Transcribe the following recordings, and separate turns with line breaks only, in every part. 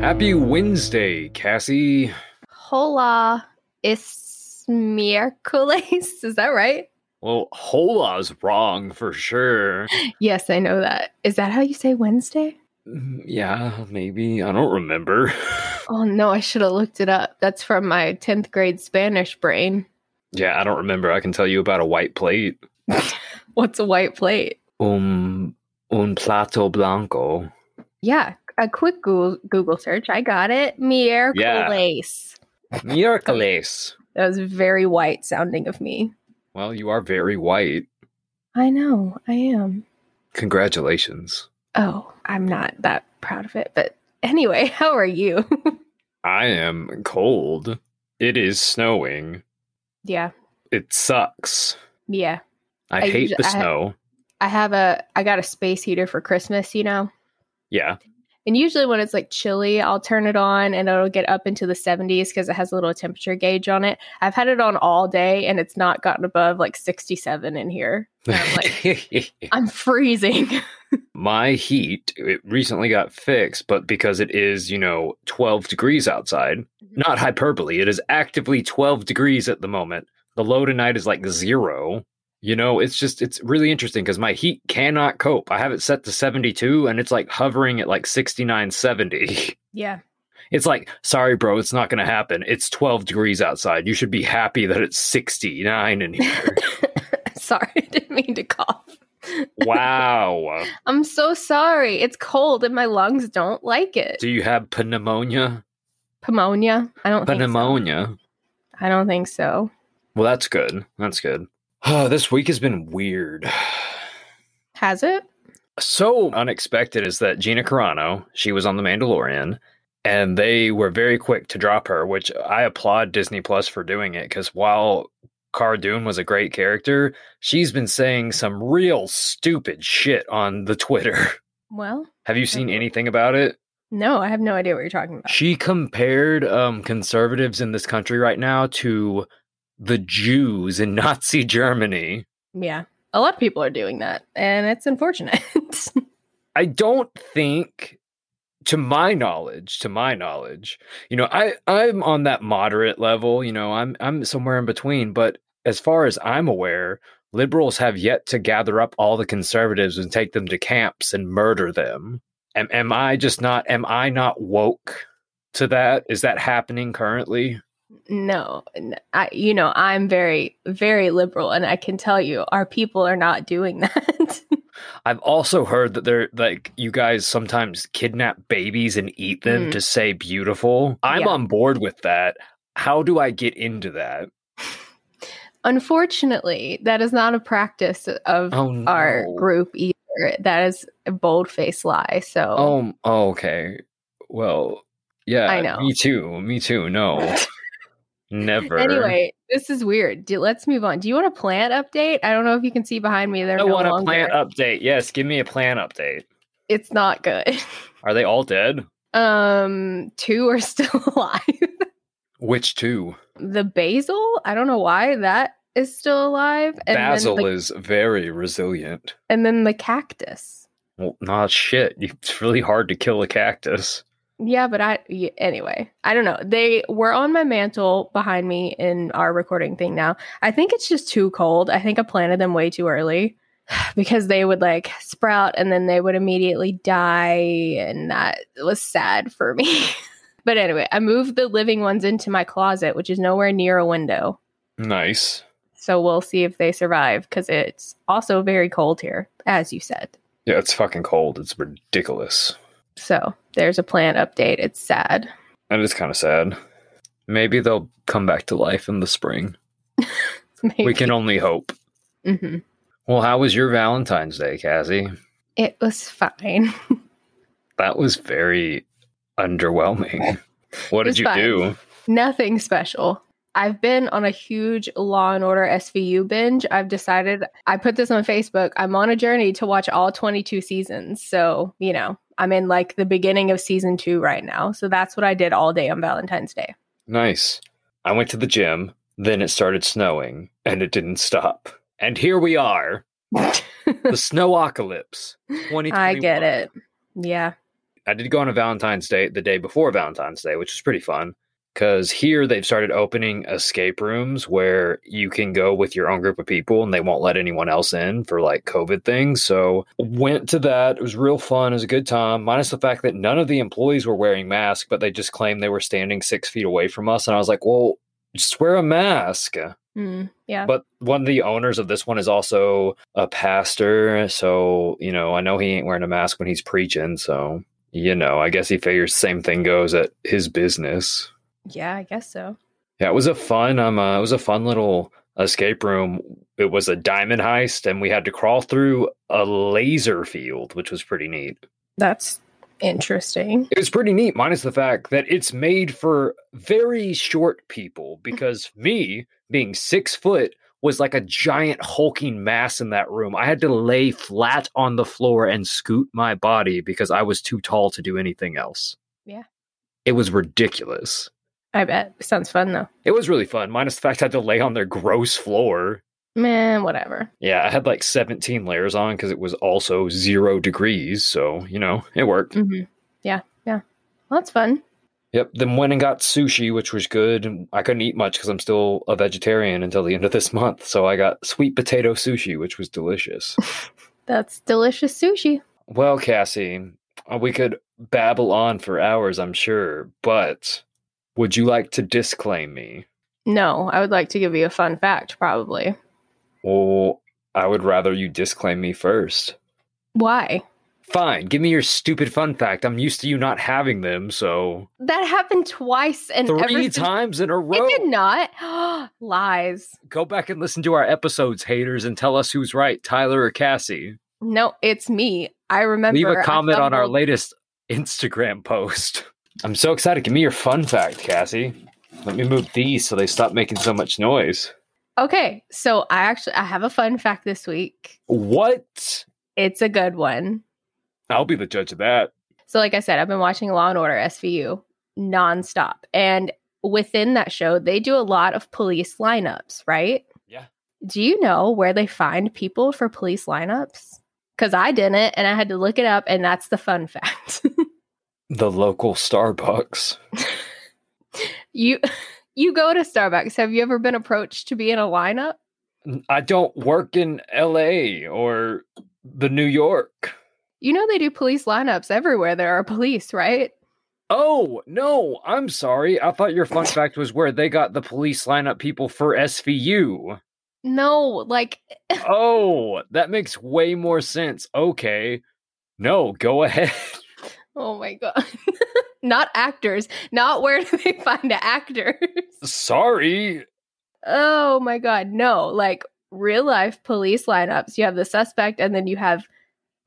Happy Wednesday, Cassie.
Hola, es miércoles. Is that right?
Well, hola's wrong for sure.
Yes, I know that. Is that how you say Wednesday?
Mm, Yeah, maybe. I don't remember.
Oh no, I should have looked it up. That's from my 10th grade Spanish brain.
Yeah, I don't remember. I can tell you about a white plate.
What's a white plate?
Um, un plato blanco.
Yeah, a quick Google, Google search. I got it. Miércoles.
Miércoles.
That was very white sounding of me.
Well, you are very white.
I know, I am.
Congratulations.
Oh, I'm not that proud of it. But anyway, how are you?
I am cold. It is snowing.
yeah,
It sucks.
yeah.
I,
I
hate
usu-
the
I-
snow.
I have a, I got a space heater for Christmas, you know?
Yeah.
And usually when it's like chilly, I'll turn it on and it'll get up into the 70s because it has a little temperature gauge on it. I've had it on all day and it's not gotten above like 67 in here. And I'm like, I'm freezing.
my heat it recently got fixed but because it is you know 12 degrees outside
Mm-hmm.
not hyperbole it is actively 12 degrees at the moment the low tonight is like zero you know it's just it's really interesting because my heat cannot cope i have it set to 72 and it's like hovering at like 69 70
Yeah.
it's like sorry bro it's not gonna happen it's 12 degrees outside you should be happy that it's 69 in here
sorry, I didn't mean to cough.
wow
I'm so sorry. It's cold and my lungs don't like it.
do you have pneumonia
Pneumonia? I don't think so.
pneumonia
I don't think so.
Well, that's good. That's good. this week has been weird.
Has it?
So unexpected is that Gina Carano, she was on The Mandalorian, and they were very quick to drop her, which I applaud Disney Plus for doing it because while Cara Dune was a great character, she's been saying some real stupid shit on the Twitter.
Well,
Have you seen anything about it?
no, I have no idea what you're talking about.
She compared um, conservatives in this country right now to the Jews in Nazi Germany.
Yeah. A lot of people are doing that and it's unfortunate.
I don't think to my knowledge, to my knowledge, you know, I I'm on that moderate level, you know, I'm I'm somewhere in between, but as far as I'm aware, liberals have yet to gather up all the conservatives and take them to camps and murder them. Am am I just not am I not woke to that? Is that happening currently?
no, n- I, you know, I'm very, very liberal, and I can tell you, our people are not doing that.
I've also heard that they're like you guys sometimes kidnap babies and eat them
Mm.
to say beautiful. I'm
Yeah.
on board with that. How do I get into that?
Unfortunately, that is not a practice of
Oh no.
our group either. That is a bold faced lie. So,
Um, oh, okay. Well, yeah.
I know.
Me too. Me too. No. Never.
anyway, this is weird. Do, let's move on. Do you want a plant update? I don't know if you can see behind me. They're
I
no
want a
longer-
plant update. Yes, give me a plant update.
It's not good.
Are they all dead?
Um, two are still alive.
Which two?
the basil i don't know why that is still alive and
Basil
then the,
is very resilient.
and then the cactus
Well, not shit. It's really hard to kill a cactus.
yeah but i y- anyway i don't know they were on my mantle behind me in our recording thing now i think it's just too cold i think i planted them way too early because they would like sprout and then they would immediately die and that was sad for me but anyway i moved the living ones into my closet which is nowhere near a window
Nice.
So we'll see if they survive because it's also very cold here, as you said.
Yeah, it's fucking cold. It's ridiculous.
So there's a plant update. It's sad.
And it's kind of sad. Maybe they'll come back to life in the spring. We can only hope.
hmm
Well, how was your Valentine's Day, Cassie?
It was fine.
That was very underwhelming. What did
It was
you
fine.
do?
Nothing special. I've been on a huge Law and Order SVU binge. I've decided, I put this on Facebook. I'm on a journey to watch all 22 seasons. So, you know, I'm in like the beginning of season two right now. So that's what I did all day on Valentine's Day.
Nice. I went to the gym, then it started snowing, and it didn't stop. And here we are, the snowocalypse.
I get it. Yeah.
I did go on a Valentine's Day the day before Valentine's Day, which was pretty fun because here they've started opening escape rooms where you can go with your own group of people and they won't let anyone else in for like COVID things. So went to that. It was real fun. It was a good time, minus the fact that none of the employees were wearing masks, but they just claimed they were standing six feet away from us. And I was like, well, just wear a mask.
Mm, yeah.
But one of the owners of this one is also a pastor. So, you know, I know he ain't wearing a mask when he's preaching. So, you know, I guess he figures the same thing goes at his business.
Yeah, I guess so.
Yeah, it was a fun um uh, it was a fun little escape room. It was a diamond heist and we had to crawl through a laser field, which was pretty neat.
That's interesting.
It was pretty neat minus the fact that it's made for very short people because me being 6 foot was like a giant hulking mass in that room. I had to lay flat on the floor and scoot my body because I was too tall to do anything else.
Yeah.
It was ridiculous.
I bet. Sounds fun though.
It was really fun, minus the fact I had to lay on their gross floor.
Man, whatever.
Yeah, I had like 17 layers on because it was also zero degrees. So, you know, it worked.
Mm-hmm. Yeah, yeah. Well, that's fun.
Yep. Then went and got sushi, which was good. And I couldn't eat much because I'm still a vegetarian until the end of this month. So I got sweet potato sushi, which was delicious.
That's delicious sushi.
well, Cassie, uh, we could babble on for hours, I'm sure, but would you like to disclaim me?
No, I would like to give you a fun fact, probably.
Well, I would rather you disclaim me first.
Why?
Fine, give me your stupid fun fact. I'm used to you not having them, so
That happened twice and ever
three
since-
times in a row.
It did not. Lies.
Go back and listen to our episodes, haters, and tell us who's right, Tyler or Cassie.
No, it's me. I remember.
Leave a
I
comment on our
stumbled-
latest Instagram post. I'm so excited. Give me your fun fact, Cassie. Let me move these so they stop making so much noise.
Okay, so I actually I have a fun fact this week.
What?
It's a good one.
I'll be the judge of that.
So, like I said, I've been watching Law and Order SVU nonstop, and within that show, they do a lot of police lineups, right?
Yeah.
Do you know where they find people for police lineups? Because I didn't, and I had to look it up, and that's the fun fact.
The local Starbucks.
you you go to Starbucks. Have you ever been approached to be in a lineup?
I don't work in LA or the New York.
You know they do police lineups everywhere. There are police, right?
Oh, no, I'm sorry. I thought your fun fact was where they got the police lineup people for SVU.
No, like
Oh, that makes way more sense. Okay. No, go ahead.
oh my god. not actors. Not where do they find actors?
Sorry.
oh my god. No, like real life police lineups. You have the suspect and then you have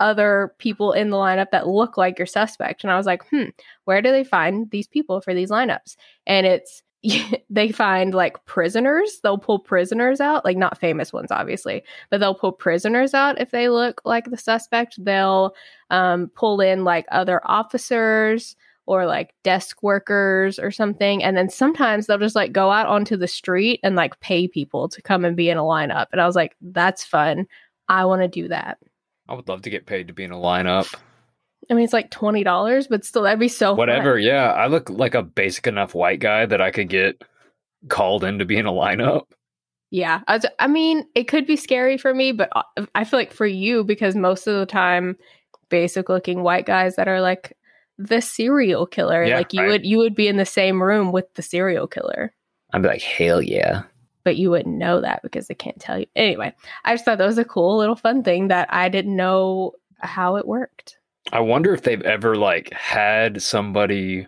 other people in the lineup that look like your suspect. And I was like, "Hmm, where do they find these people for these lineups?" And it's they find like prisoners. They'll pull prisoners out, like not famous ones obviously, but they'll pull prisoners out if they look like the suspect. They'll um, pull in like other officers or like desk workers or something. And then sometimes they'll just like go out onto the street and like pay people to come and be in a lineup. And I was like, that's fun. I want to do that.
I would love to get paid to be in a lineup.
I mean, it's like $20, but still, that'd be so fun.
Whatever. Yeah, I look like a basic enough white guy that I could get called in to be in a lineup.
Yeah. I, was- I mean, it could be scary for me, but uh, I- I feel like for you, because most of the time, basic looking white guys that are like, the serial killer
Yeah,
like you
right.
would you would be in the same room with the serial killer
I'd be like, hell yeah.
but you wouldn't know that because they can't tell you. Anyway, I just thought that was a cool little fun thing that I didn't know how it worked.
I wonder if they've ever like had somebody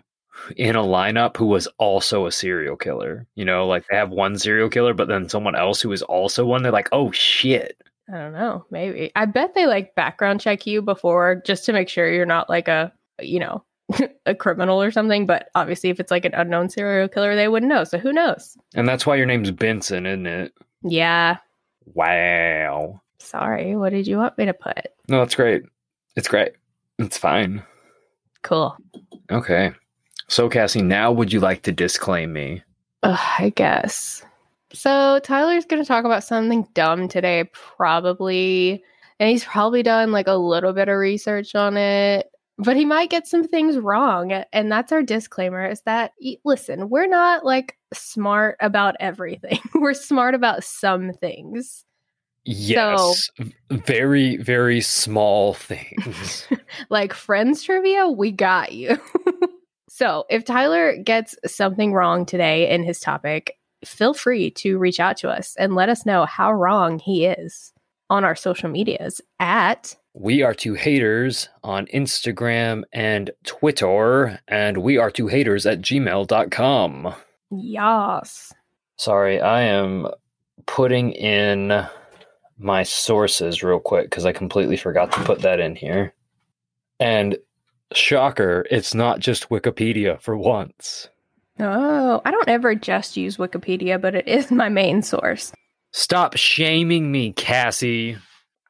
in a lineup who was also a serial killer. You know, like they have one serial killer, but then someone else who is also one. They're like, oh shit.
I don't know, maybe. I bet they like background check you before just to make sure you're not like a, you know, a criminal or something, but obviously if it's like an unknown serial killer, they wouldn't know. So who knows?
And that's why your name's Benson, isn't it?
Yeah.
Wow.
Sorry. What did you want me to put?
No, that's great. It's great. It's fine.
Cool.
Okay. So, Cassie, now would you like to disclaim me?
Ugh, I guess. So Tyler's going to talk about something dumb today, probably, and he's probably done like a little bit of research on it. but he might get some things wrong and that's our disclaimer is that e- listen we're not like smart about everything we're smart about some things
Yes. Very, very small things.
like friends trivia we got you so if tyler gets something wrong today in his topic feel free to reach out to us and let us know how wrong he is on our social medias at
we are two haters on Instagram and Twitter, and we are two haters at gmail.com.
yas
Sorry, I am putting in my sources real quick because I completely forgot to put that in here. And shocker, it's not just Wikipedia for once.
oh i don't ever just use wikipedia but it is my main source
Stop shaming me, Cassie.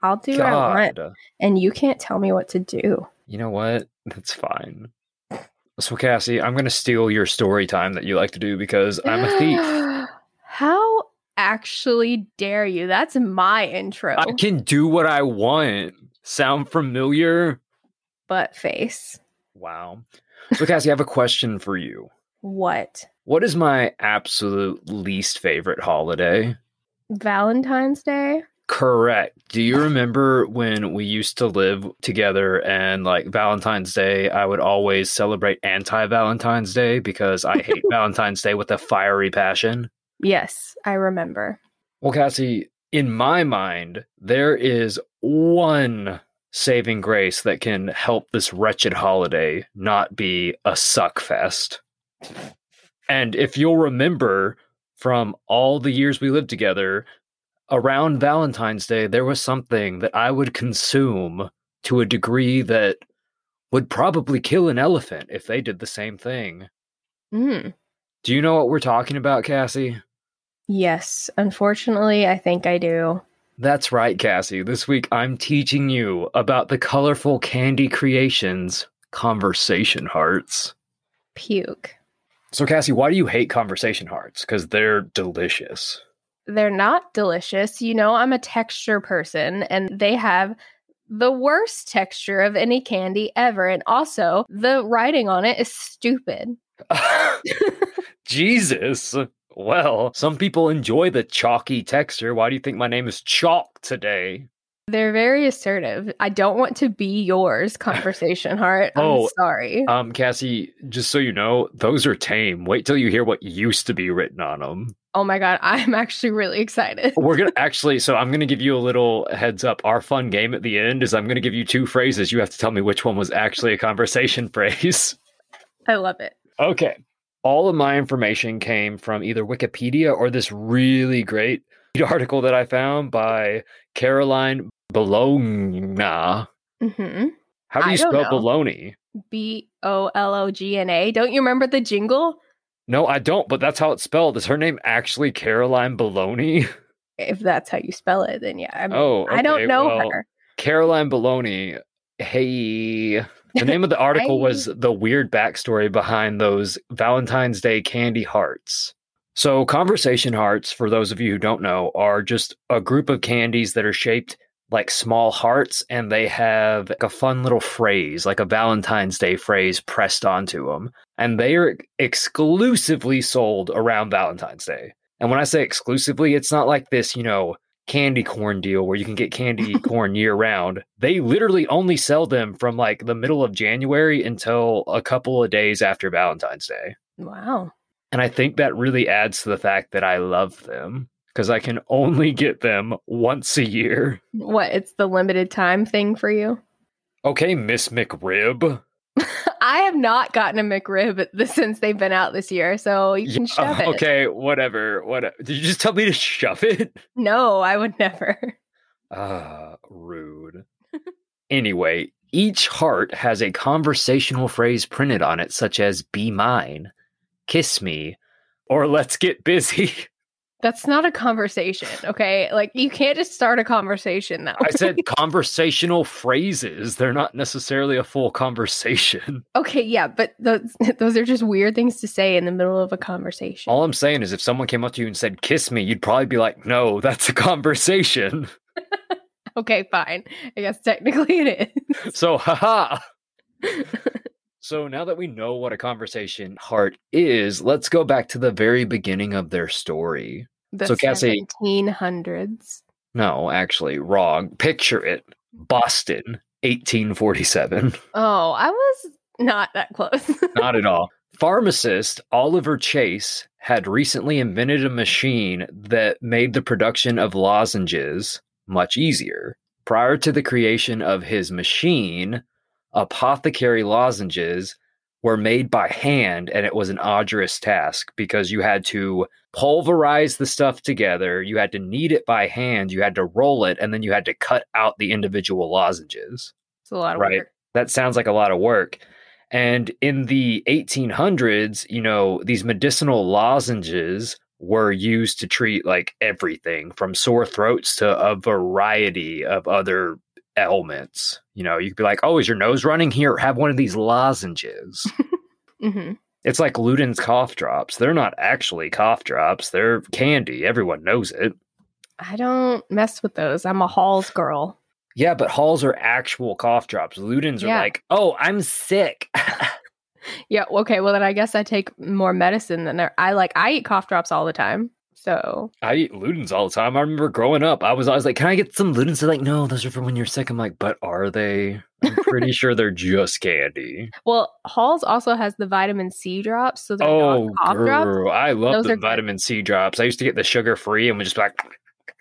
i'll do what i want and you can't tell me what to do.
You know what? That's fine. So, Cassie, I'm going to steal your story time that you like to do because I'm a thief.
How actually dare you? That's my intro.
I can do what I want. Sound familiar?
Butt face.
Wow. So, Cassie, I have a question for you.
What?
What is my absolute least favorite holiday?
Valentine's Day?
Correct. Do you remember when we used to live together and like Valentine's Day, I would always celebrate anti Valentine's Day because I hate Valentine's Day with a fiery passion?
Yes, I remember.
Well, Cassie, in my mind, there is one saving grace that can help this wretched holiday not be a suck fest. And if you'll remember from all the years we lived together, around Valentine's Day, there was something that I would consume to a degree that would probably kill an elephant if they did the same thing.
Mm.
Do you know what we're talking about, Cassie?
Yes, unfortunately, I think I do.
That's right, Cassie. This week I'm teaching you about the colorful candy creations, conversation hearts.
Puke.
So, Cassie, why do you hate conversation hearts? Because they're delicious.
They're not delicious. You know, I'm a texture person, and they have the worst texture of any candy ever. And also, the writing on it is stupid.
Jesus. Well, some people enjoy the chalky texture. Why do you think my name is Chalk today?
They're very assertive. I don't want to be yours, conversation heart. I'm
Oh,
sorry.
Um, Cassie, just so you know, those are tame. Wait till you hear what used to be written on them.
oh my god, I'm actually really excited.
We're gonna actually, so I'm gonna give you a little heads up. Our fun game at the end is I'm gonna give you two phrases. You have to tell me which one was actually a conversation phrase.
I love it.
Okay. All of my information came from either Wikipedia or this really great article that I found by Caroline Bologna. How
Mhm.
do
I
you
don't
spell
know.
bologna?
B O L O G N A. Don't you remember the jingle?
No, I don't, but that's how it's spelled. Is her name actually Caroline Bologna?
If that's how you spell it, then yeah. I, mean,
Oh,
I
okay,
don't know
well,
her.
Caroline Baloney. Hey, the name of the article was The Weird Backstory Behind Those Valentine's Day Candy Hearts. So, conversation hearts, for those of you who don't know, are just a group of candies that are shaped like small hearts and they have a fun little phrase, like a Valentine's Day phrase pressed onto them. And they are exclusively sold around Valentine's Day. And when I say exclusively, it's not like this, you know, candy corn deal where you can get candy corn year round. They literally only sell them from like the middle of January until a couple of days after Valentine's Day.
Wow.
And I think that really adds to the fact that I love them because I can only get them once a year.
What? It's the limited time thing for you?
Okay, Miss McRib.
I have not gotten a McRib th- since they've been out this year, so you can
Yeah,
shove it.
Okay, whatever. What did you just tell me to shove it?
No, I would never.
Ah, rude. anyway, each heart has a conversational phrase printed on it, such as be mine, kiss me, or let's get busy.
That's not a conversation, okay? Like you can't just start a conversation that
I said conversational phrases. They're not necessarily a full conversation.
Okay, yeah, but those those are just weird things to say in the middle of a conversation.
All I'm saying is if someone came up to you and said, kiss me, you'd probably be like, no, that's a conversation.
Okay, fine. I guess technically it is.
So, haha. So now that we know what a conversation heart is, let's go back to the very beginning of their story.
The
So, Cassie-
1700s.
No, actually, wrong. Picture it Boston, 1847.
Oh, I was not that close.
Not at all. Pharmacist Oliver Chase had recently invented a machine that made the production of lozenges much easier. Prior to the creation of his machine, apothecary lozenges were made by hand, and it was an arduous task because you had to pulverize the stuff together, you had to knead it by hand, you had to roll it, and then you had to cut out the individual lozenges
it's a lot of
Right.
work.
that sounds like a lot of work. And in the 1800s, you know, these medicinal lozenges were used to treat like everything from sore throats to a variety of other ailments. You know, you could be like, oh, is your nose running? Here, have one of these lozenges.
hmm
it's like Luden's cough drops. They're not actually cough drops, they're candy. Everyone knows it.
I don't mess with those. I'm a Halls girl.
Yeah, but Halls are actual cough drops. Luden's
Yeah.
are like, oh, I'm sick.
Yeah. Okay. Well, then I guess I take more medicine than there. I like. I eat cough drops all the time. So
I eat Ludens all the time. I remember growing up, I was always like, "Can I get some Ludens?" They're like, "No, those are for when you're sick." I'm like, "But are they?" I'm pretty sure they're just candy.
Well, Halls also has the vitamin C drops, so they're
Oh,
not cough drops.
girl, I love
Those
the
are good.
vitamin C drops. I used to get the sugar free and would just be like.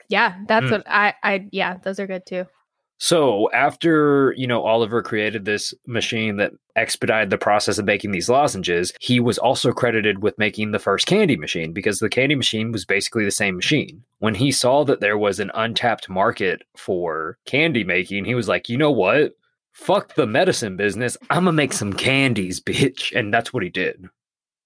Yeah, that's
Mm.
what I, I. Yeah, those are good too.
So after you know Oliver created this machine that expedited the process of making these lozenges, he was also credited with making the first candy machine because the candy machine was basically the same machine. When he saw that there was an untapped market for candy making, he was like, "You know what? Fuck the medicine business. I'm gonna make some candies, bitch." And that's what he did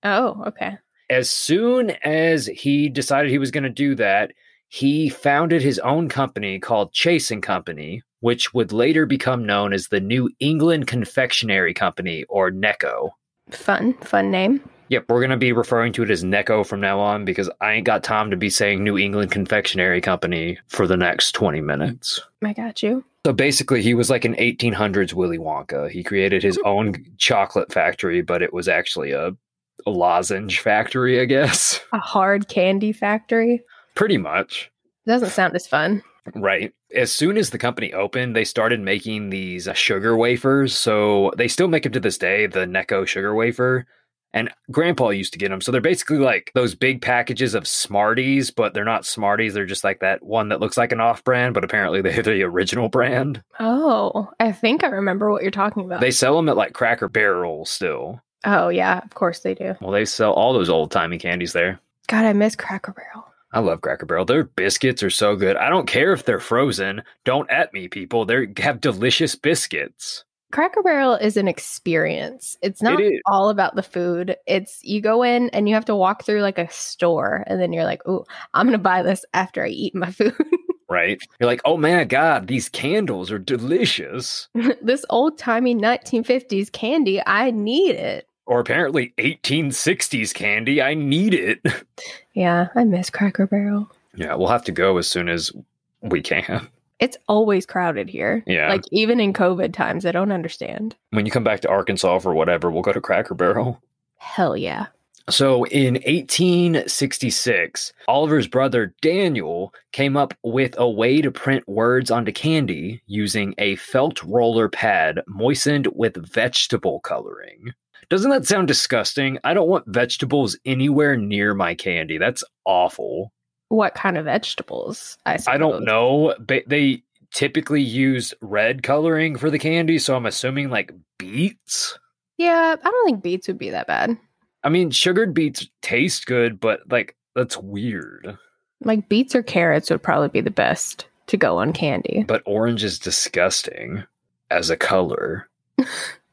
Oh, okay.
as soon as he decided he was going to do that, he founded his own company called Chase and Company, which would later become known as the New England Confectionery Company or NECO.
Fun, fun name.
Yep, we're going to be referring to it as NECO from now on because I ain't got time to be saying New England Confectionery Company for the next 20 minutes.
I got you.
So basically, he was like an 1800s Willy Wonka. He created his own chocolate factory, but it was actually a, a lozenge factory, I guess.
A hard candy factory
Pretty much.
doesn't sound as fun.
Right. As soon as the company opened, they started making these uh, sugar wafers. So they still make them to this day, the Necco sugar wafer. And grandpa used to get them. So they're basically like those big packages of Smarties, but they're not Smarties. They're just like that one that looks like an off brand, but apparently they're the original brand.
Oh, I think I remember what you're talking about.
They sell them at like Cracker Barrel still.
oh yeah, of course they do.
Well, they sell all those old timey candies there.
God, I miss Cracker Barrel.
I love Cracker Barrel. Their biscuits are so good. I don't care if they're frozen. Don't at me, people. They have delicious biscuits.
Cracker Barrel is an experience. It's not
is.
all about the food. It's you go in and you have to walk through like a store, and then you're like, "Ooh, I'm gonna buy this after I eat my food."
right? You're like, oh my God, these candles are delicious.
this old timey 1950s candy, I need it.
Or apparently 1860s candy. I need it.
Yeah, I miss Cracker Barrel.
Yeah, we'll have to go as soon as we can.
It's always crowded here.
Yeah.
Like even in COVID times, I don't understand.
when you come back to Arkansas for whatever, we'll go to Cracker Barrel.
Hell yeah.
So in 1866, Oliver's brother Daniel came up with a way to print words onto candy using a felt roller pad moistened with vegetable coloring. Doesn't that sound disgusting? I don't want vegetables anywhere near my candy. That's awful.
What kind of vegetables? I
I don't
suppose.
know. Ba- They typically use red coloring for the candy, so I'm assuming like beets.
Yeah, I don't think beets would be that bad.
I mean, sugared beets taste good, but like that's weird.
Like beets or carrots would probably be the best to go on candy.
But orange is disgusting as a color.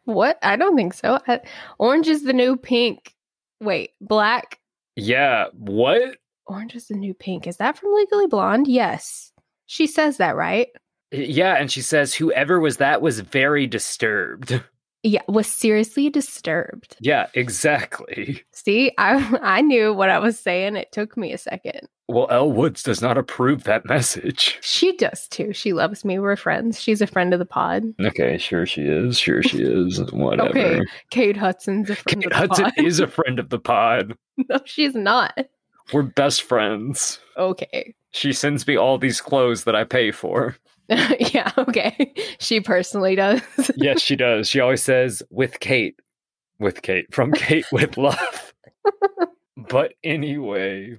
What? I don't think so. I, orange is the new pink. Wait, black.
Yeah, what?
Orange is the new pink. Is that from Legally Blonde? Yes. She says that, right?
Yeah, and she says whoever was that was very disturbed.
yeah, was seriously disturbed.
Yeah, exactly.
See, I I knew what I was saying. It took me a second.
Well, Elle Woods does not approve that message.
She does too. She loves me. We're friends. She's a friend of the pod.
Okay, sure she is. Sure she is. Whatever.
Okay, Kate Hudson's a friend
Kate
of the
Hudson
pod.
is a friend of the pod.
no, she's not.
We're best friends.
Okay.
She sends me all these clothes that I pay for.
yeah, okay. She personally does.
yes, she does. She always says, with Kate, with Kate, from Kate with love. but anyway,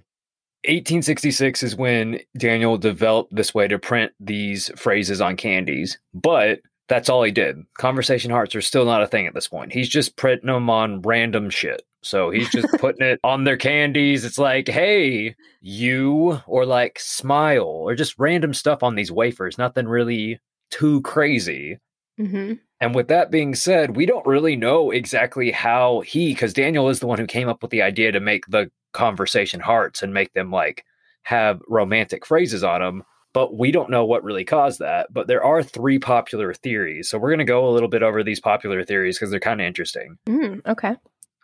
1866 is when Daniel developed this way to print these phrases on candies, but that's all he did. Conversation hearts are still not a thing at this point. He's just printing them on random shit. So he's just putting it on their candies. It's like, hey, you, or like smile, or just random stuff on these wafers. Nothing really too crazy.
hmm
And with that being said, we don't really know exactly how he, because Daniel is the one who came up with the idea to make the conversation hearts and make them like have romantic phrases on them. But we don't know what really caused that. But there are three popular theories. So we're going to go a little bit over these popular theories because they're kind of interesting.
Mm, okay.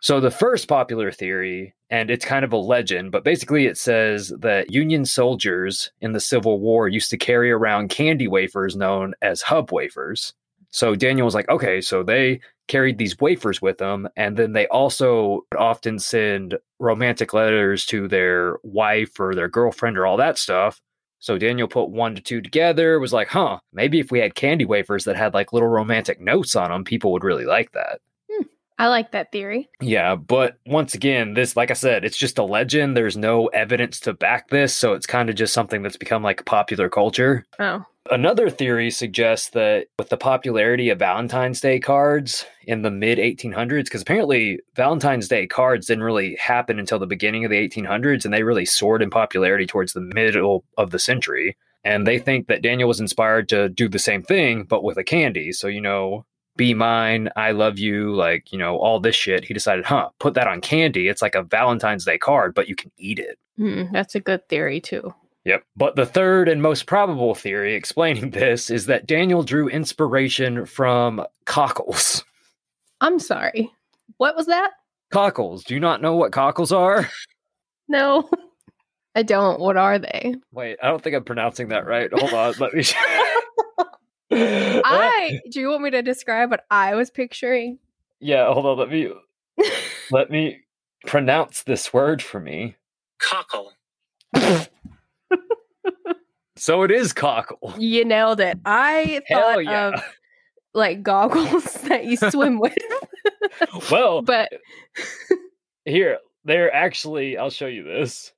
So the first popular theory, and it's kind of a legend, but basically it says that Union soldiers in the Civil War used to carry around candy wafers known as hub wafers. So Daniel was like, okay, so they carried these wafers with them, and then they also would often send romantic letters to their wife or their girlfriend or all that stuff. So Daniel put one to two together, was like, huh, maybe if we had candy wafers that had like little romantic notes on them, people would really like that.
I like that theory.
Yeah, but once again, this, like I said, it's just a legend. There's no evidence to back this. So it's kind of just something that's become like popular culture.
Oh.
Another theory suggests that with the popularity of Valentine's Day cards in the mid 1800s, because apparently Valentine's Day cards didn't really happen until the beginning of the 1800s and they really soared in popularity towards the middle of the century. And they think that Daniel was inspired to do the same thing, but with a candy. So, you know, be mine, I love you, like, you know, all this shit. He decided, huh, put that on candy. It's like a Valentine's Day card, but you can eat it.
Mm, that's a good theory too.
Yep. But the third and most probable theory explaining this is that Daniel drew inspiration from cockles.
I'm sorry. What was that?
Cockles. Do you not know what cockles are?
No. I don't. What are they?
Wait, I don't think I'm pronouncing that right. Hold on. Let me. Uh,
I do you want me to describe what I was picturing?
Yeah, hold on. Let me. let me pronounce this word for me.
Cockle.
So it is cockle.
You nailed it. I
Hell
thought
yeah.
of like goggles that you swim with.
Well,
but
here, they're actually. I'll show you this.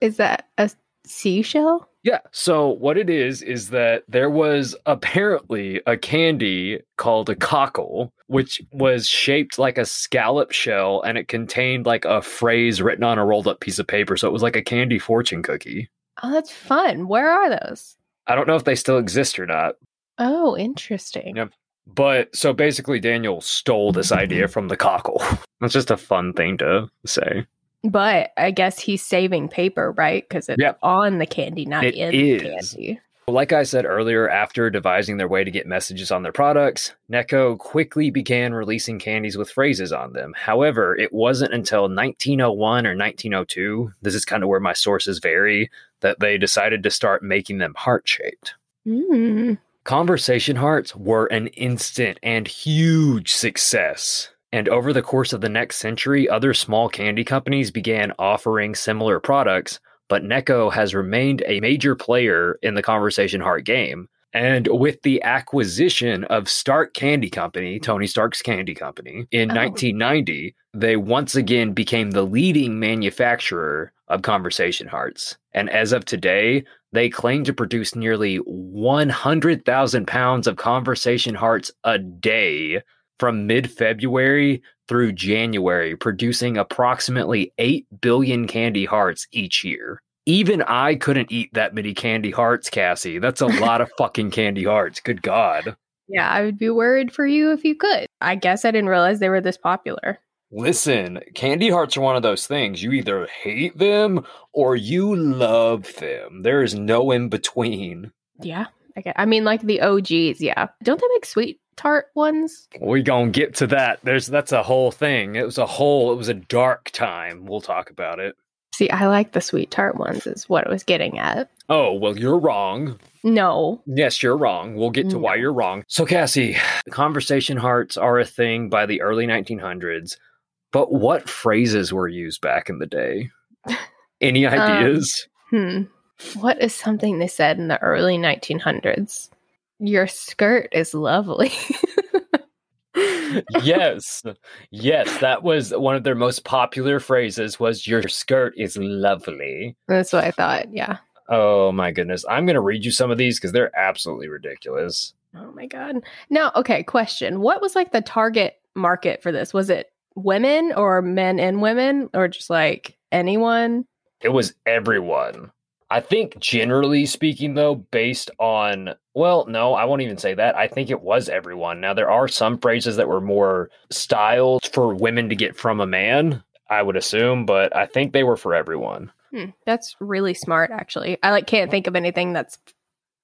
is that a seashell?
Yeah. So what it is is that there was apparently a candy called a cockle, which was shaped like a scallop shell, and it contained like a phrase written on a rolled up piece of paper. So it was like a candy fortune cookie.
Oh, that's fun. Where are those?
I don't know if they still exist or not,
Oh, interesting.
Yep. but so basically Daniel stole this idea from the cockle. That's just a fun thing to say.
But I guess he's saving paper, right? Because it's
Yep.
on the candy, not
It
in
is.
the candy.
Like I said earlier, after devising their way to get messages on their products, Necco quickly began releasing candies with phrases on them. However, it wasn't until 1901 or 1902, this is kind of where my sources vary, that they decided to start making them heart shaped.
Mm.
Conversation hearts were an instant and huge success. And over the course of the next century, other small candy companies began offering similar products, but Necco has remained a major player in the conversation heart game. And with the acquisition of Stark Candy Company, Tony Stark's Candy Company, in
Oh.
1990, they once again became the leading manufacturer of conversation hearts. And as of today, they claim to produce nearly 100,000 pounds of conversation hearts a day from mid February through January, producing approximately 8 billion candy hearts each year. Even I couldn't eat that many candy hearts, Cassie. That's a lot of fucking candy hearts. Good God.
Yeah, I would be worried for you if you could. I guess I didn't realize they were this popular.
Listen, candy hearts are one of those things. You either hate them or you love them. There is no in between.
Yeah. I, guess. I mean, like the OGs. Yeah. Don't they make sweet tart ones.
We're gonna get to that. There's that's a whole thing. It was a whole. It was a dark time. We'll talk about it.
See, I like the sweet tart ones, is what I was getting at.
Oh well, you're wrong.
No.
Yes, you're wrong. We'll get to why you're wrong. So, Cassie, conversation hearts are a thing by the early 1900s, but what phrases were used back in the day? Any
Um,
ideas?
Hmm. What is something they said in the early 1900s? Your skirt is lovely.
yes, yes, that was one of their most popular phrases. Was your skirt is lovely.
That's what I thought. Yeah.
Oh my goodness. I'm going to read you some of these because they're absolutely ridiculous.
Oh my God. Now, okay, question. What was like the target market for this? Was it women or men and women or just like anyone?
It was everyone. I think, generally speaking, though, based on, well, no, I won't even say that. I think it was everyone. Now, there are some phrases that were more styled for women to get from a man, I would assume, but I think they were for everyone.
Hmm, that's really smart, actually. I like can't think of anything that's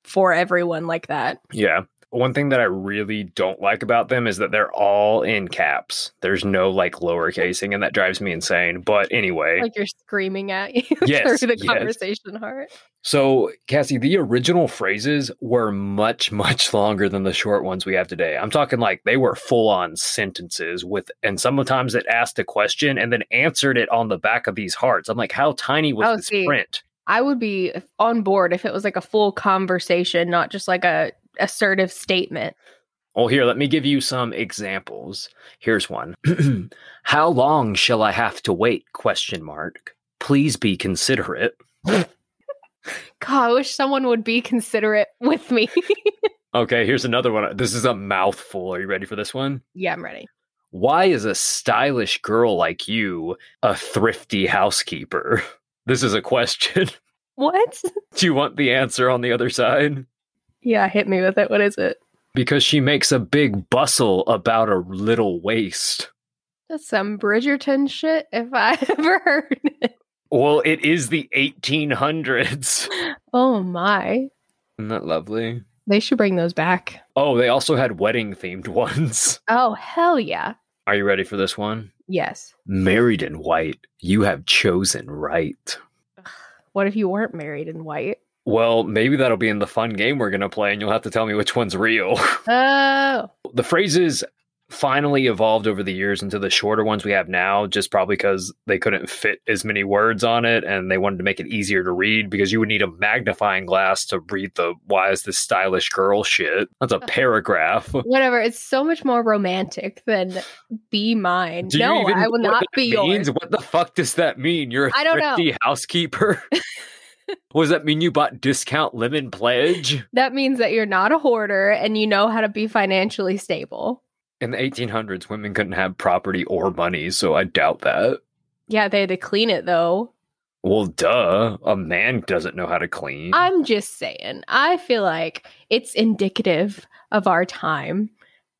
for everyone like that.
Yeah. One thing that I really don't like about them is that they're all in caps. There's no like lowercasing, and that drives me insane. But anyway,
Like you're screaming at you
Yes,
through the
yes.
conversation heart.
So, Cassie, the original phrases were much, much longer than the short ones we have today. I'm talking like they were full on sentences with, and sometimes it asked a question and then answered it on the back of these hearts. I'm like, how tiny was
Oh,
this
see.
print?
I would be on board if it was like a full conversation, not just like a assertive statement.
Well, here, let me give you some examples. Here's one. how long shall I have to wait? Question mark. Please be considerate.
God, I wish someone would be considerate with me.
Okay, here's another one. This is a mouthful. Are you ready for this one?
yeah, I'm ready.
why is a stylish girl like you a thrifty housekeeper? This is a question.
What?
Do you want the answer on the other side?
Yeah, hit me with it. What is it?
Because she makes a big bustle about a little waste.
That's some Bridgerton shit if I ever heard it.
Well, it is the 1800s.
Oh my.
Isn't that lovely?
They should bring those back.
Oh, they also had wedding themed ones.
Oh, hell yeah.
Are you ready for this one?
Yes.
Married in white, you have chosen right.
What if you weren't married in white?
Well, maybe that'll be in the fun game we're going to play, and you'll have to tell me which one's real.
Oh.
the phrases finally evolved over the years into the shorter ones we have now just probably because they couldn't fit as many words on it and they wanted to make it easier to read because you would need a magnifying glass to read the why is this stylish girl shit that's a paragraph
Whatever. It's so much more romantic than be mine.
Do you
no,
even
I
know
will
what
not
that
be
means?
yours.
what the fuck does that mean you're a
I don't know.
thrifty housekeeper what does that mean you bought discount lemon pledge
That means that you're not a hoarder and you know how to be financially stable.
in the 1800s women couldn't have property or money so i doubt that
Yeah, they had to clean it though.
well duh a man doesn't know how to clean
I'm just saying, I feel like it's indicative of our time.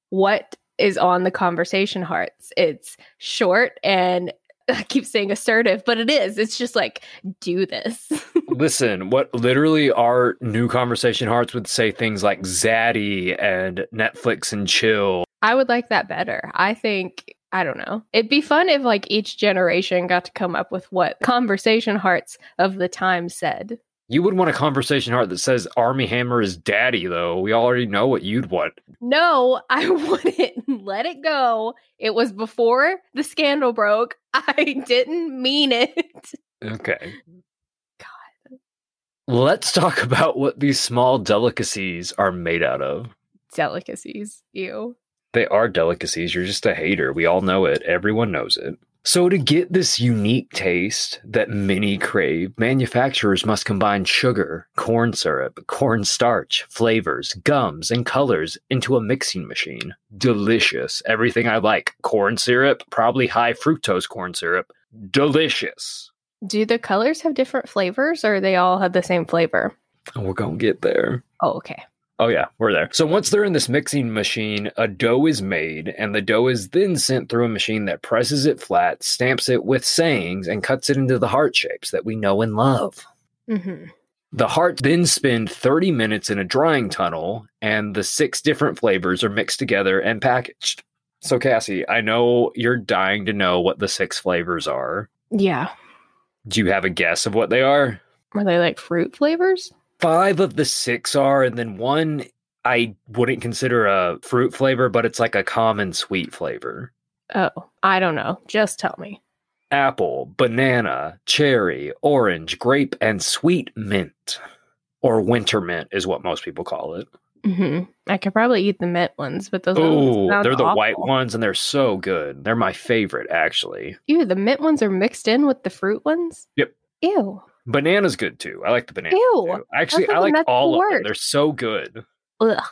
What is on the conversation hearts? It's short and I keep saying assertive, but it is. It's just like, do this.
Listen, what literally our new conversation hearts would say things like Zaddy and Netflix and chill.
I would like that better. I think, I don't know. It'd be fun if like each generation got to come up with what conversation hearts of the time said.
You would want a conversation heart that says Army Hammer is daddy, though. We already know what you'd want.
No, I wouldn't let it go. It was before the scandal broke. I didn't mean it.
Okay. God. Let's talk about what these small delicacies are made out of.
Delicacies. Ew.
They are delicacies. You're just a hater. We all know it. Everyone knows it. So, to get this unique taste that many crave, manufacturers must combine sugar, corn syrup, corn starch, flavors, gums, and colors into a mixing machine. Delicious. Everything I like corn syrup, probably high fructose corn syrup. Delicious.
Do the colors have different flavors or they all have the same flavor?
And we're going to get there.
Oh, okay.
Oh, yeah, we're there. So once they're in this mixing machine, a dough is made, and the dough is then sent through a machine that presses it flat, stamps it with sayings, and cuts it into the heart shapes that we know and love.
hmm
The hearts then spend 30 minutes in a drying tunnel, and the six different flavors are mixed together and packaged. So, Cassie, I know you're dying to know what the six flavors are.
Yeah.
Do you have a guess of what they are?
Are they like fruit flavors?
Five of the six are, and then one I wouldn't consider a fruit flavor, but it's like a common sweet flavor
Oh, I don't know. Just tell me.
apple, banana, cherry, orange, grape, and sweet mint. Or winter mint is what most people call it.
hmm I could probably eat the mint ones, but those
Oh,
sound
they're the white
awful.
ones and they're so good. They're my favorite, actually.
Ew, the mint ones are mixed in with the fruit ones.
Yep.
Ew.
Banana's good too. I like the banana.
Ew.
too. Actually,
That's
I
like
like
the
all of them.
worst.
They're so good.
Ugh.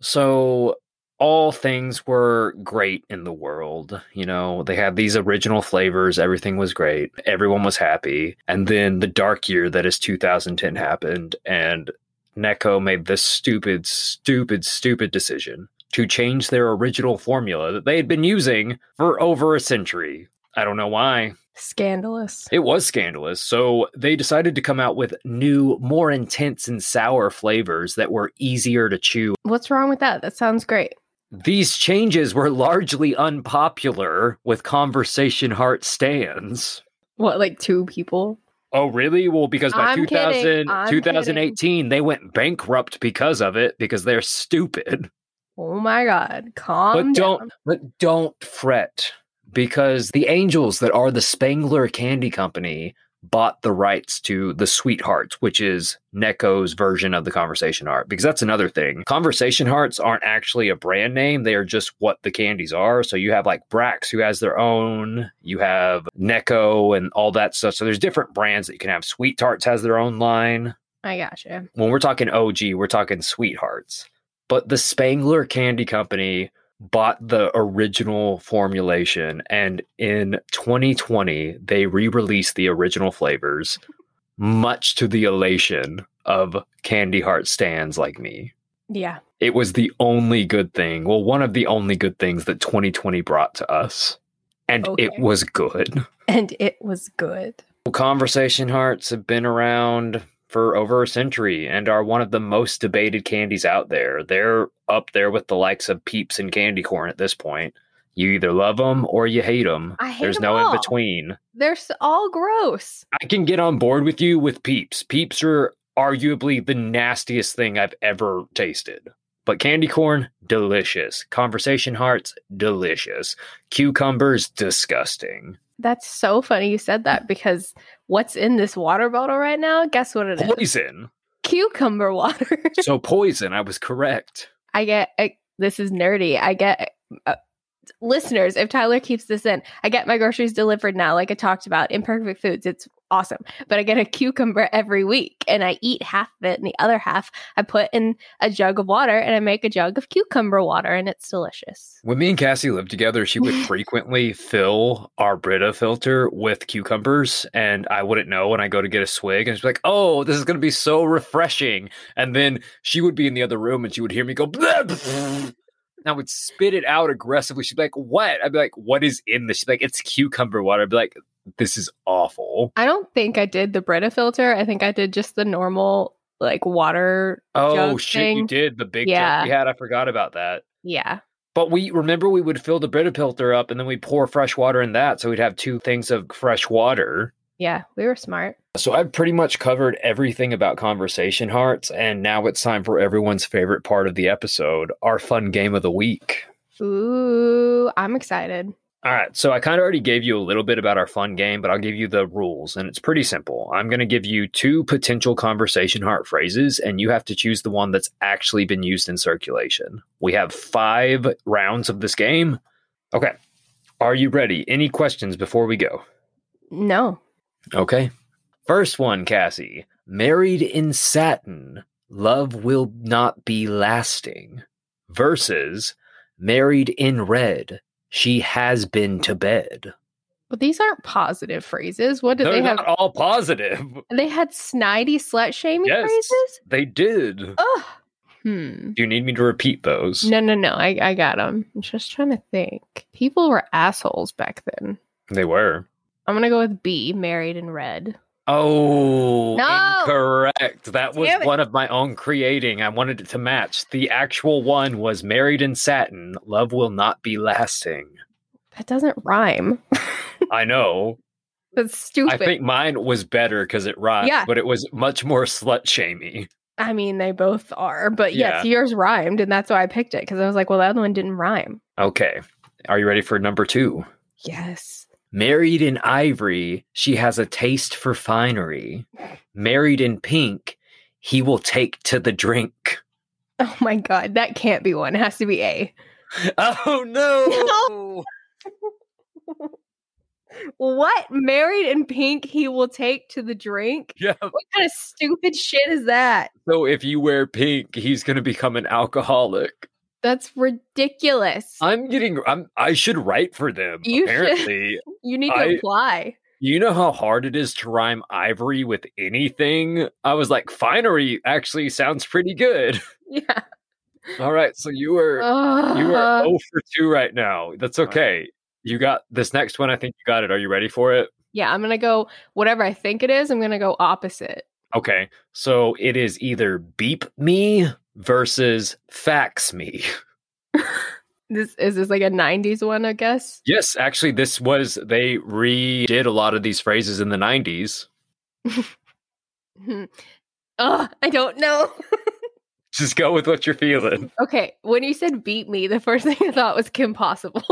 So all things were great in the world. You know, they had these original flavors. Everything was great. Everyone was happy. And then the dark year that is 2010 happened, and Necco made this stupid, stupid, stupid decision to change their original formula that they had been using for over a century. I don't know why.
Scandalous.
It was scandalous. So they decided to come out with new, more intense and sour flavors that were easier to chew.
What's wrong with that? That sounds great.
These changes were largely unpopular with Conversation Heart stands.
What, like two people?
Oh, really? Well, because by
I'm kidding.
2000,
I'm
2018, they went bankrupt because of it because they're stupid.
Oh my God. Calm
but
down.
don't but don't fret because the angels that are the Spangler Candy Company bought the rights to the Sweethearts, which is Necco's version of the Conversation Heart. Because that's another thing. Conversation Hearts aren't actually a brand name, they are just what the candies are. So you have like Brax who has their own, you have Necco and all that stuff. So there's different brands that you can have. Sweet Tarts has their own line
I gotcha.
when we're talking OG, we're talking sweethearts. But the Spangler Candy Company bought the original formulation, and in 2020, they re released the original flavors, much to the elation of candy heart stands like me.
Yeah.
It was the only good thing, well, one of the only good things that 2020 brought to us. And
Okay.
it was good.
And it was good.
Conversation hearts have been around for over a century and are one of the most debated candies out there. They're up there with the likes of Peeps and candy corn at this point. You either love them or you hate them.
I hate
There's
them
no
all.
in between.
They're s- all gross.
I can get on board with you with Peeps. Peeps are arguably the nastiest thing I've ever tasted. But candy corn, delicious. Conversation hearts, delicious. Cucumbers, disgusting.
That's so funny you said that because what's in this water bottle right now? Guess what it is?
Poison.
Cucumber water.
so poison, I was correct.
I get I, this is nerdy. I get uh, listeners. If Tyler keeps this in, I get my groceries delivered now. Like I talked about, imperfect foods. It's awesome, but I get a cucumber every week, and I eat half of it, and the other half I put in a jug of water, and I make a jug of cucumber water, and it's delicious.
When me and Cassie lived together, she would frequently fill our Brita filter with cucumbers, and I wouldn't know when I go to get a swig, and she'd be like, "Oh, this is going to be so refreshing." And then she would be in the other room, and she would hear me go, "Bleh, pff," and I would spit it out aggressively. She'd be like, "What?" I'd be like, "What is in this?" She'd be like, "It's cucumber water." I'd be like, "This is awful."
I don't think I did the Brita filter. I think I did just the normal like water.
Oh
Jug
shit,
thing.
you did the big
Yeah.
jug we had. I forgot about that.
Yeah,
But we remember we would fill the Brita filter up and then we pour fresh water in that. So we'd have two things of fresh water.
yeah, we were smart.
So I've pretty much covered everything about conversation hearts. And now it's time for everyone's favorite part of the episode our fun game of the week.
Ooh, I'm excited.
All right. So I kind of already gave you a little bit about our fun game, but I'll give you the rules. And it's pretty simple. I'm going to give you two potential conversation heart phrases, and you have to choose the one that's actually been used in circulation. We have five rounds of this game. Okay. Are you ready? Any questions before we go?
No,
Okay. First one, Cassie. Married in satin, love will not be lasting. Versus married in red, she has been to bed.
but these aren't positive phrases. What do
They're
they have?
not all positive.
They had snidey slut shaming
Yes.
phrases.
They did. Do
Ugh. Hmm.
you need me to repeat those?
Oh. No, no, no. I, I got them. I'm just trying to think. People were assholes back then.
They were.
I'm gonna go with B, married and red.
Oh,
No.
incorrect. That was
Damn it.
one of my own creating. I wanted it to match. The actual one was Married in Satin. Love will not be lasting.
That doesn't rhyme.
I know.
That's
I
stupid.
think mine was better because it rhymed,
Yeah.
but it was much more slut shamey.
I mean, they both are, but yes,
Yeah.
yours rhymed, and that's why I picked it because I was like, well, the other one didn't rhyme.
Okay. Are you ready for number two?
Yes.
Married in ivory, she has a taste for finery. Married in pink, he will take to the drink.
Oh my god, that can't be one. It has to be A.
Oh no!
What married in pink he will take to the drink?
Yeah.
What kind of stupid shit is that?
So if you wear pink, he's going to become an alcoholic.
That's ridiculous.
I'm getting. I'm. I should write for them.
You should.
apparently,
you need to
I-
apply.
you know how hard it is to rhyme ivory with anything. I was like, finery actually sounds pretty good.
Yeah.
All right, so you
Oh,
were you were
Ugh.
zero for two right now. That's okay. You got this next one. I think you got it. Are you ready for it?
yeah, I'm gonna go whatever I think it is, I'm gonna go opposite.
Okay, so it is either beep me versus fax me.
This is this like a nineties one, I guess.
Yes, actually, this was they redid a lot of these phrases in the '90s.
Hmm. Ugh, I don't know.
Just go with what you're feeling.
okay, when you said beat me, the first thing I thought was Kim Possible.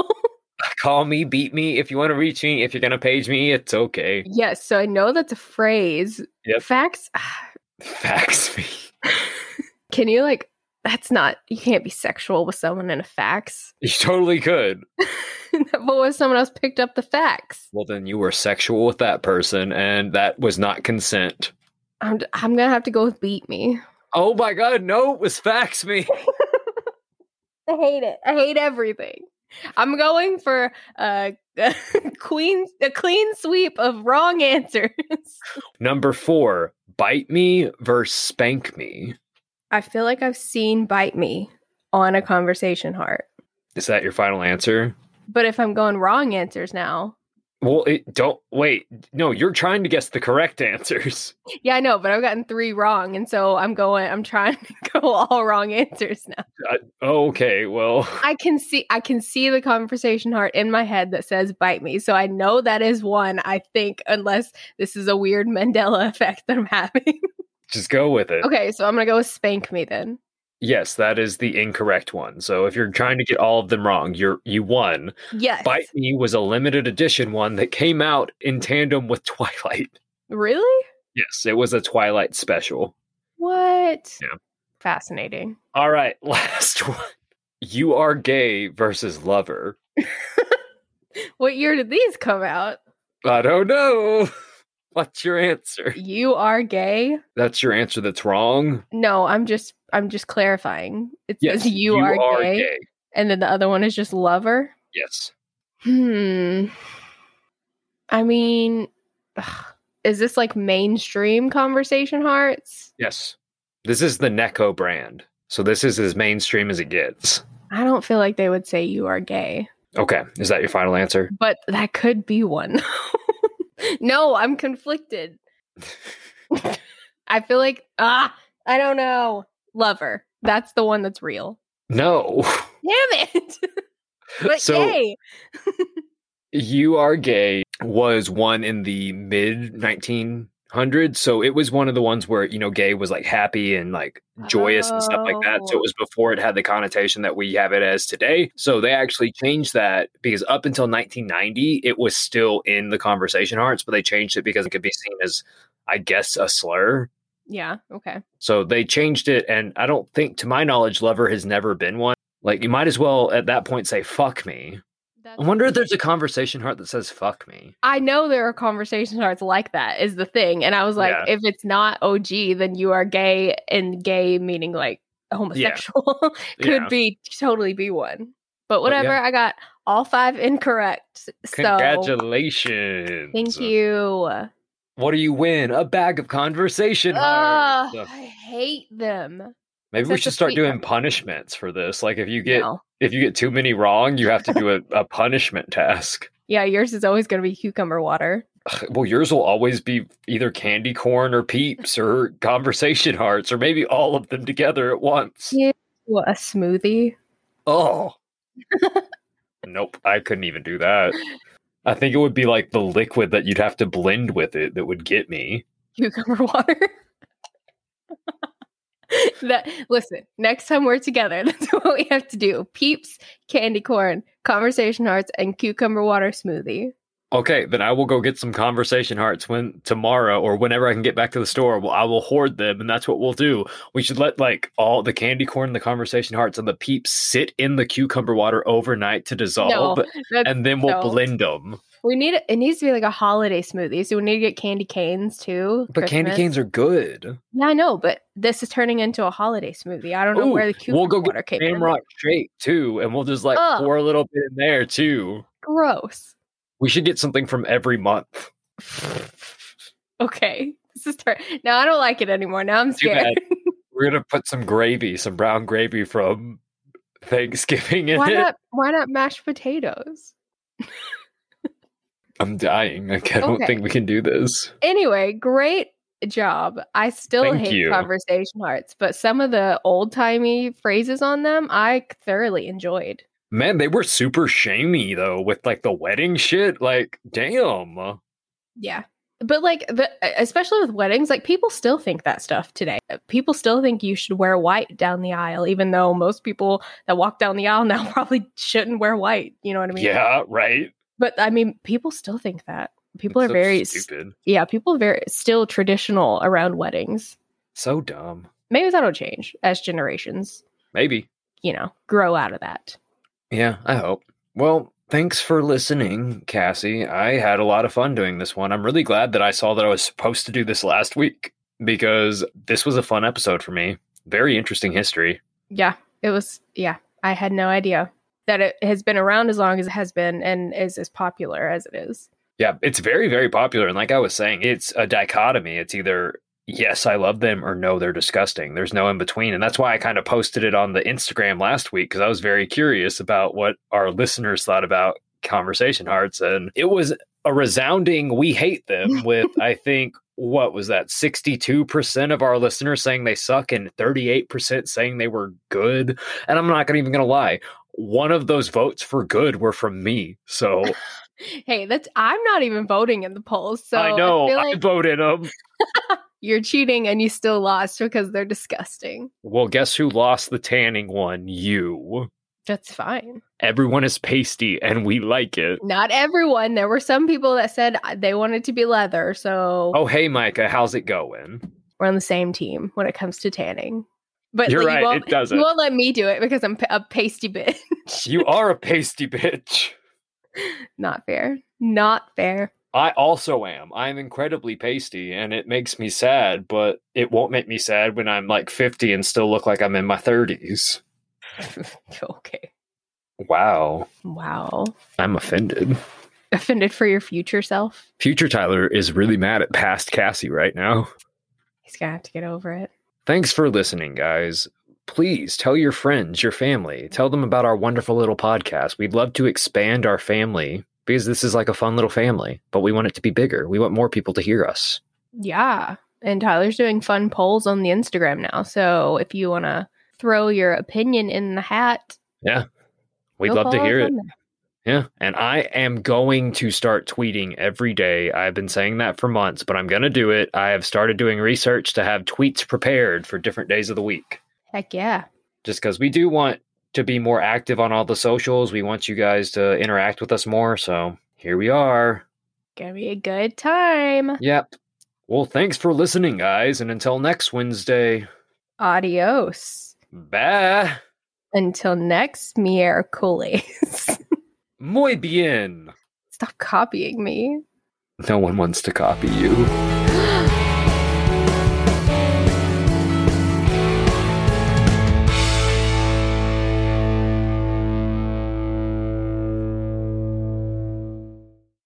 Call me, beat me if you want to reach me. If you're gonna page me, it's okay.
Yes, so I know that's a phrase.
Yep.
Facts.
Fax me.
Can you like? That's not. You can't be sexual with someone in a fax.
You totally could.
but what if someone else picked up the fax?
Well, then you were sexual with that person, and that was not consent.
I'm. I'm gonna have to go with beat me.
Oh my god, no, it was fax me.
I hate it. I hate everything. I'm going for a, a queen, a clean sweep of wrong answers.
Number four, bite me versus spank me.
I feel like I've seen bite me on a conversation heart.
Is that your final answer?
But if I'm going wrong answers now,
Well, it don't wait. No, you're trying to guess the correct answers.
Yeah, I know, but I've gotten three wrong, and so I'm going. I'm trying to go all wrong answers now.
Okay, well,
I can see, I can see the conversation heart in my head that says "bite me," so I know that is one. I think, unless this is a weird Mandela effect that I'm having.
just go with it.
okay, so I'm gonna go with "spank me" then.
Yes, that is the incorrect one. So if you're trying to get all of them wrong, you're you won.
Yes.
Bite Me was a limited edition one that came out in tandem with Twilight.
Really?
Yes, it was a Twilight special.
What?
Yeah.
Fascinating.
All right, last one. You are gay versus lover.
What year did these come out?
I don't know. What's your answer?
You are gay.
That's your answer that's wrong.
No, I'm just, I'm just clarifying. It
Yes,
says you, are, gay,
gay.
and then the other one is just lover.
Yes.
Hmm. I mean, ugh, is this like mainstream conversation hearts?
Yes. This is the Necco brand. So this is as mainstream as it gets.
I don't feel like they would say you are gay,
Okay. Is that your final answer?
but that could be one. no, I'm conflicted. I feel like ah, I don't know. Lover. That's the one that's real.
No.
Damn it. but
So-
yay.
You Are Gay was one in the mid 1900s. So it was one of the ones where, you know, gay was like happy and like joyous and stuff like that. So
Oh.
it was before it had the connotation that we have it as today. So they actually changed that because up until 1990, it was still in the conversation hearts, but they changed it because it could be seen as, I guess, a slur.
Yeah, okay.
So they changed it. And I don't think, to my knowledge, lover has never been one. Like you might as well at that point say, fuck me.
That's
I wonder if there's a conversation heart that says, fuck me.
I know there are conversation starts like that is the thing. And I was like,
Yeah.
if it's not OG, then you are gay and gay meaning like homosexual could
Yeah.
be totally be one.
But
But
yeah.
whatever, I got all five incorrect. So
Congratulations.
thank you. Uh,
What do you win? A bag of conversation hearts.
I hate them.
Maybe we
such a
should start
sweet
doing
number.
punishments for this. Like if you get
No.
if you get too many wrong, you have to do a, a punishment task.
Yeah, yours is always gonna be cucumber water.
well, yours will always be either candy corn or peeps or conversation hearts or maybe all of them together at once.
Yeah. What a smoothie.
Oh. nope, I couldn't even do that. I think it would be like the liquid that you'd have to blend with it that would get me.
Cucumber water. that listen, next time we're together, that's what we have to do. Peeps, candy corn, conversation hearts, and cucumber water smoothie.
Okay, then I will go get some conversation hearts when tomorrow or whenever I can get back to the store. Well, I will hoard them, and that's what we'll do. We should let like all the candy corn, the conversation hearts, and the peeps sit in the cucumber water overnight to dissolve,
that's-
and then we'll
no.
blend them.
we need it needs to be like a holiday smoothie. So we need to get candy canes too.
But candy
Christmas.
canes are good.
Yeah, I know, but this is turning into a holiday smoothie. I don't know
Ooh,
where the cucumber
we'll go get
water came from.
Shamrock shake too, and we'll just like
Ugh.
pour a little bit in there too.
Gross.
We should get something from every month.
Okay. This is tur now I don't like it anymore. Now I'm
Too
scared.
We're gonna put some gravy, some brown gravy from Thanksgiving in
why
it.
not why not mashed potatoes?
I'm dying. Like, I don't
Okay.
think we can do this.
Anyway, great job. I still
Thank
hate
you.
conversation hearts, but some of the old timey phrases on them I thoroughly enjoyed.
Man, they were super shamey though with like the wedding shit. Like, damn.
Yeah. But like the e, especially with weddings, like people still think that stuff today. Uh, People still think you should wear white down the aisle, even though most people that walk down the aisle now probably shouldn't wear white. You know what I mean?
yeah, right.
But I mean, people still think that. People
It's
are
so
very s-
stupid.
yeah, people are very still traditional around weddings.
So dumb.
Maybe that'll change as generations,
Maybe.
you know, grow out of that.
Yeah, I hope. Well, thanks for listening, Cassie. I had a lot of fun doing this one. I'm really glad that I saw that I was supposed to do this last week because this was a fun episode for me. Very interesting history.
Yeah, it was yeah, I had no idea that it has been around as long as it has been and is as popular as it is.
Yeah, it's very, very popular. And like I was saying, it's a dichotomy. It's either yes, I love them or no, they're disgusting. There's no in between. And that's why I kind of posted it on the Instagram last week because I was very curious about what our listeners thought about Conversation Hearts. And it was a resounding we hate them with, I think, what was that? 62% of our listeners saying they suck and 38% saying they were good. And I'm not gonna, even going to lie. One of those votes for good were from me. So
Hey, that's I'm not even voting in the polls, so
I know
feel
I,
like
voted them.
you're cheating and you still lost because they're disgusting.
Well, guess who lost the tanning one? You.
That's fine.
Everyone is pasty and we like it.
Not everyone. There were some people that said uh, they wanted to be leather, so
Oh, hey, Micah, how's it going?
we're on the same team when it comes to tanning. But
You're
you
right,
won't-
it doesn't.
You
You,
won't let me do it because I'm p- a pasty bitch.
are a pasty bitch.
Not fair. Not fair.
I also am. I'm incredibly pasty and it makes me sad, but it won't make me sad when I'm like 50 and still look like I'm in my 30s.
okay.
Wow.
Wow.
I'm offended.
Offended for your future self.
Future Tyler is really mad at past Cassie right now.
He's gonna have to get over it.
Thanks for listening, guys. Please tell your friends, your family, tell them about our wonderful little podcast. We'd love to expand our family because this is like a fun little family, but we want it to be bigger. We want more people to hear us.
Yeah. And Tyler's doing fun polls on the Instagram now. So if you want to throw your opinion in the hat,
We'd
go
love to
follow
hear
us
it.
on there.
Yeah. And I am going to start tweeting every day. I've been saying that for months, but I'm going to do it. I have started doing research to have tweets prepared for different days of the week.
Heck yeah.
just because we do want to be more active on all the socials. We want you guys to interact with us more. So here we are.
Gonna be a good time.
Yep. Well, thanks for listening, guys. And until next Wednesday,
Adios.
bye.
Until next miércoles.
Muy bien.
Stop copying me.
No one wants to copy you.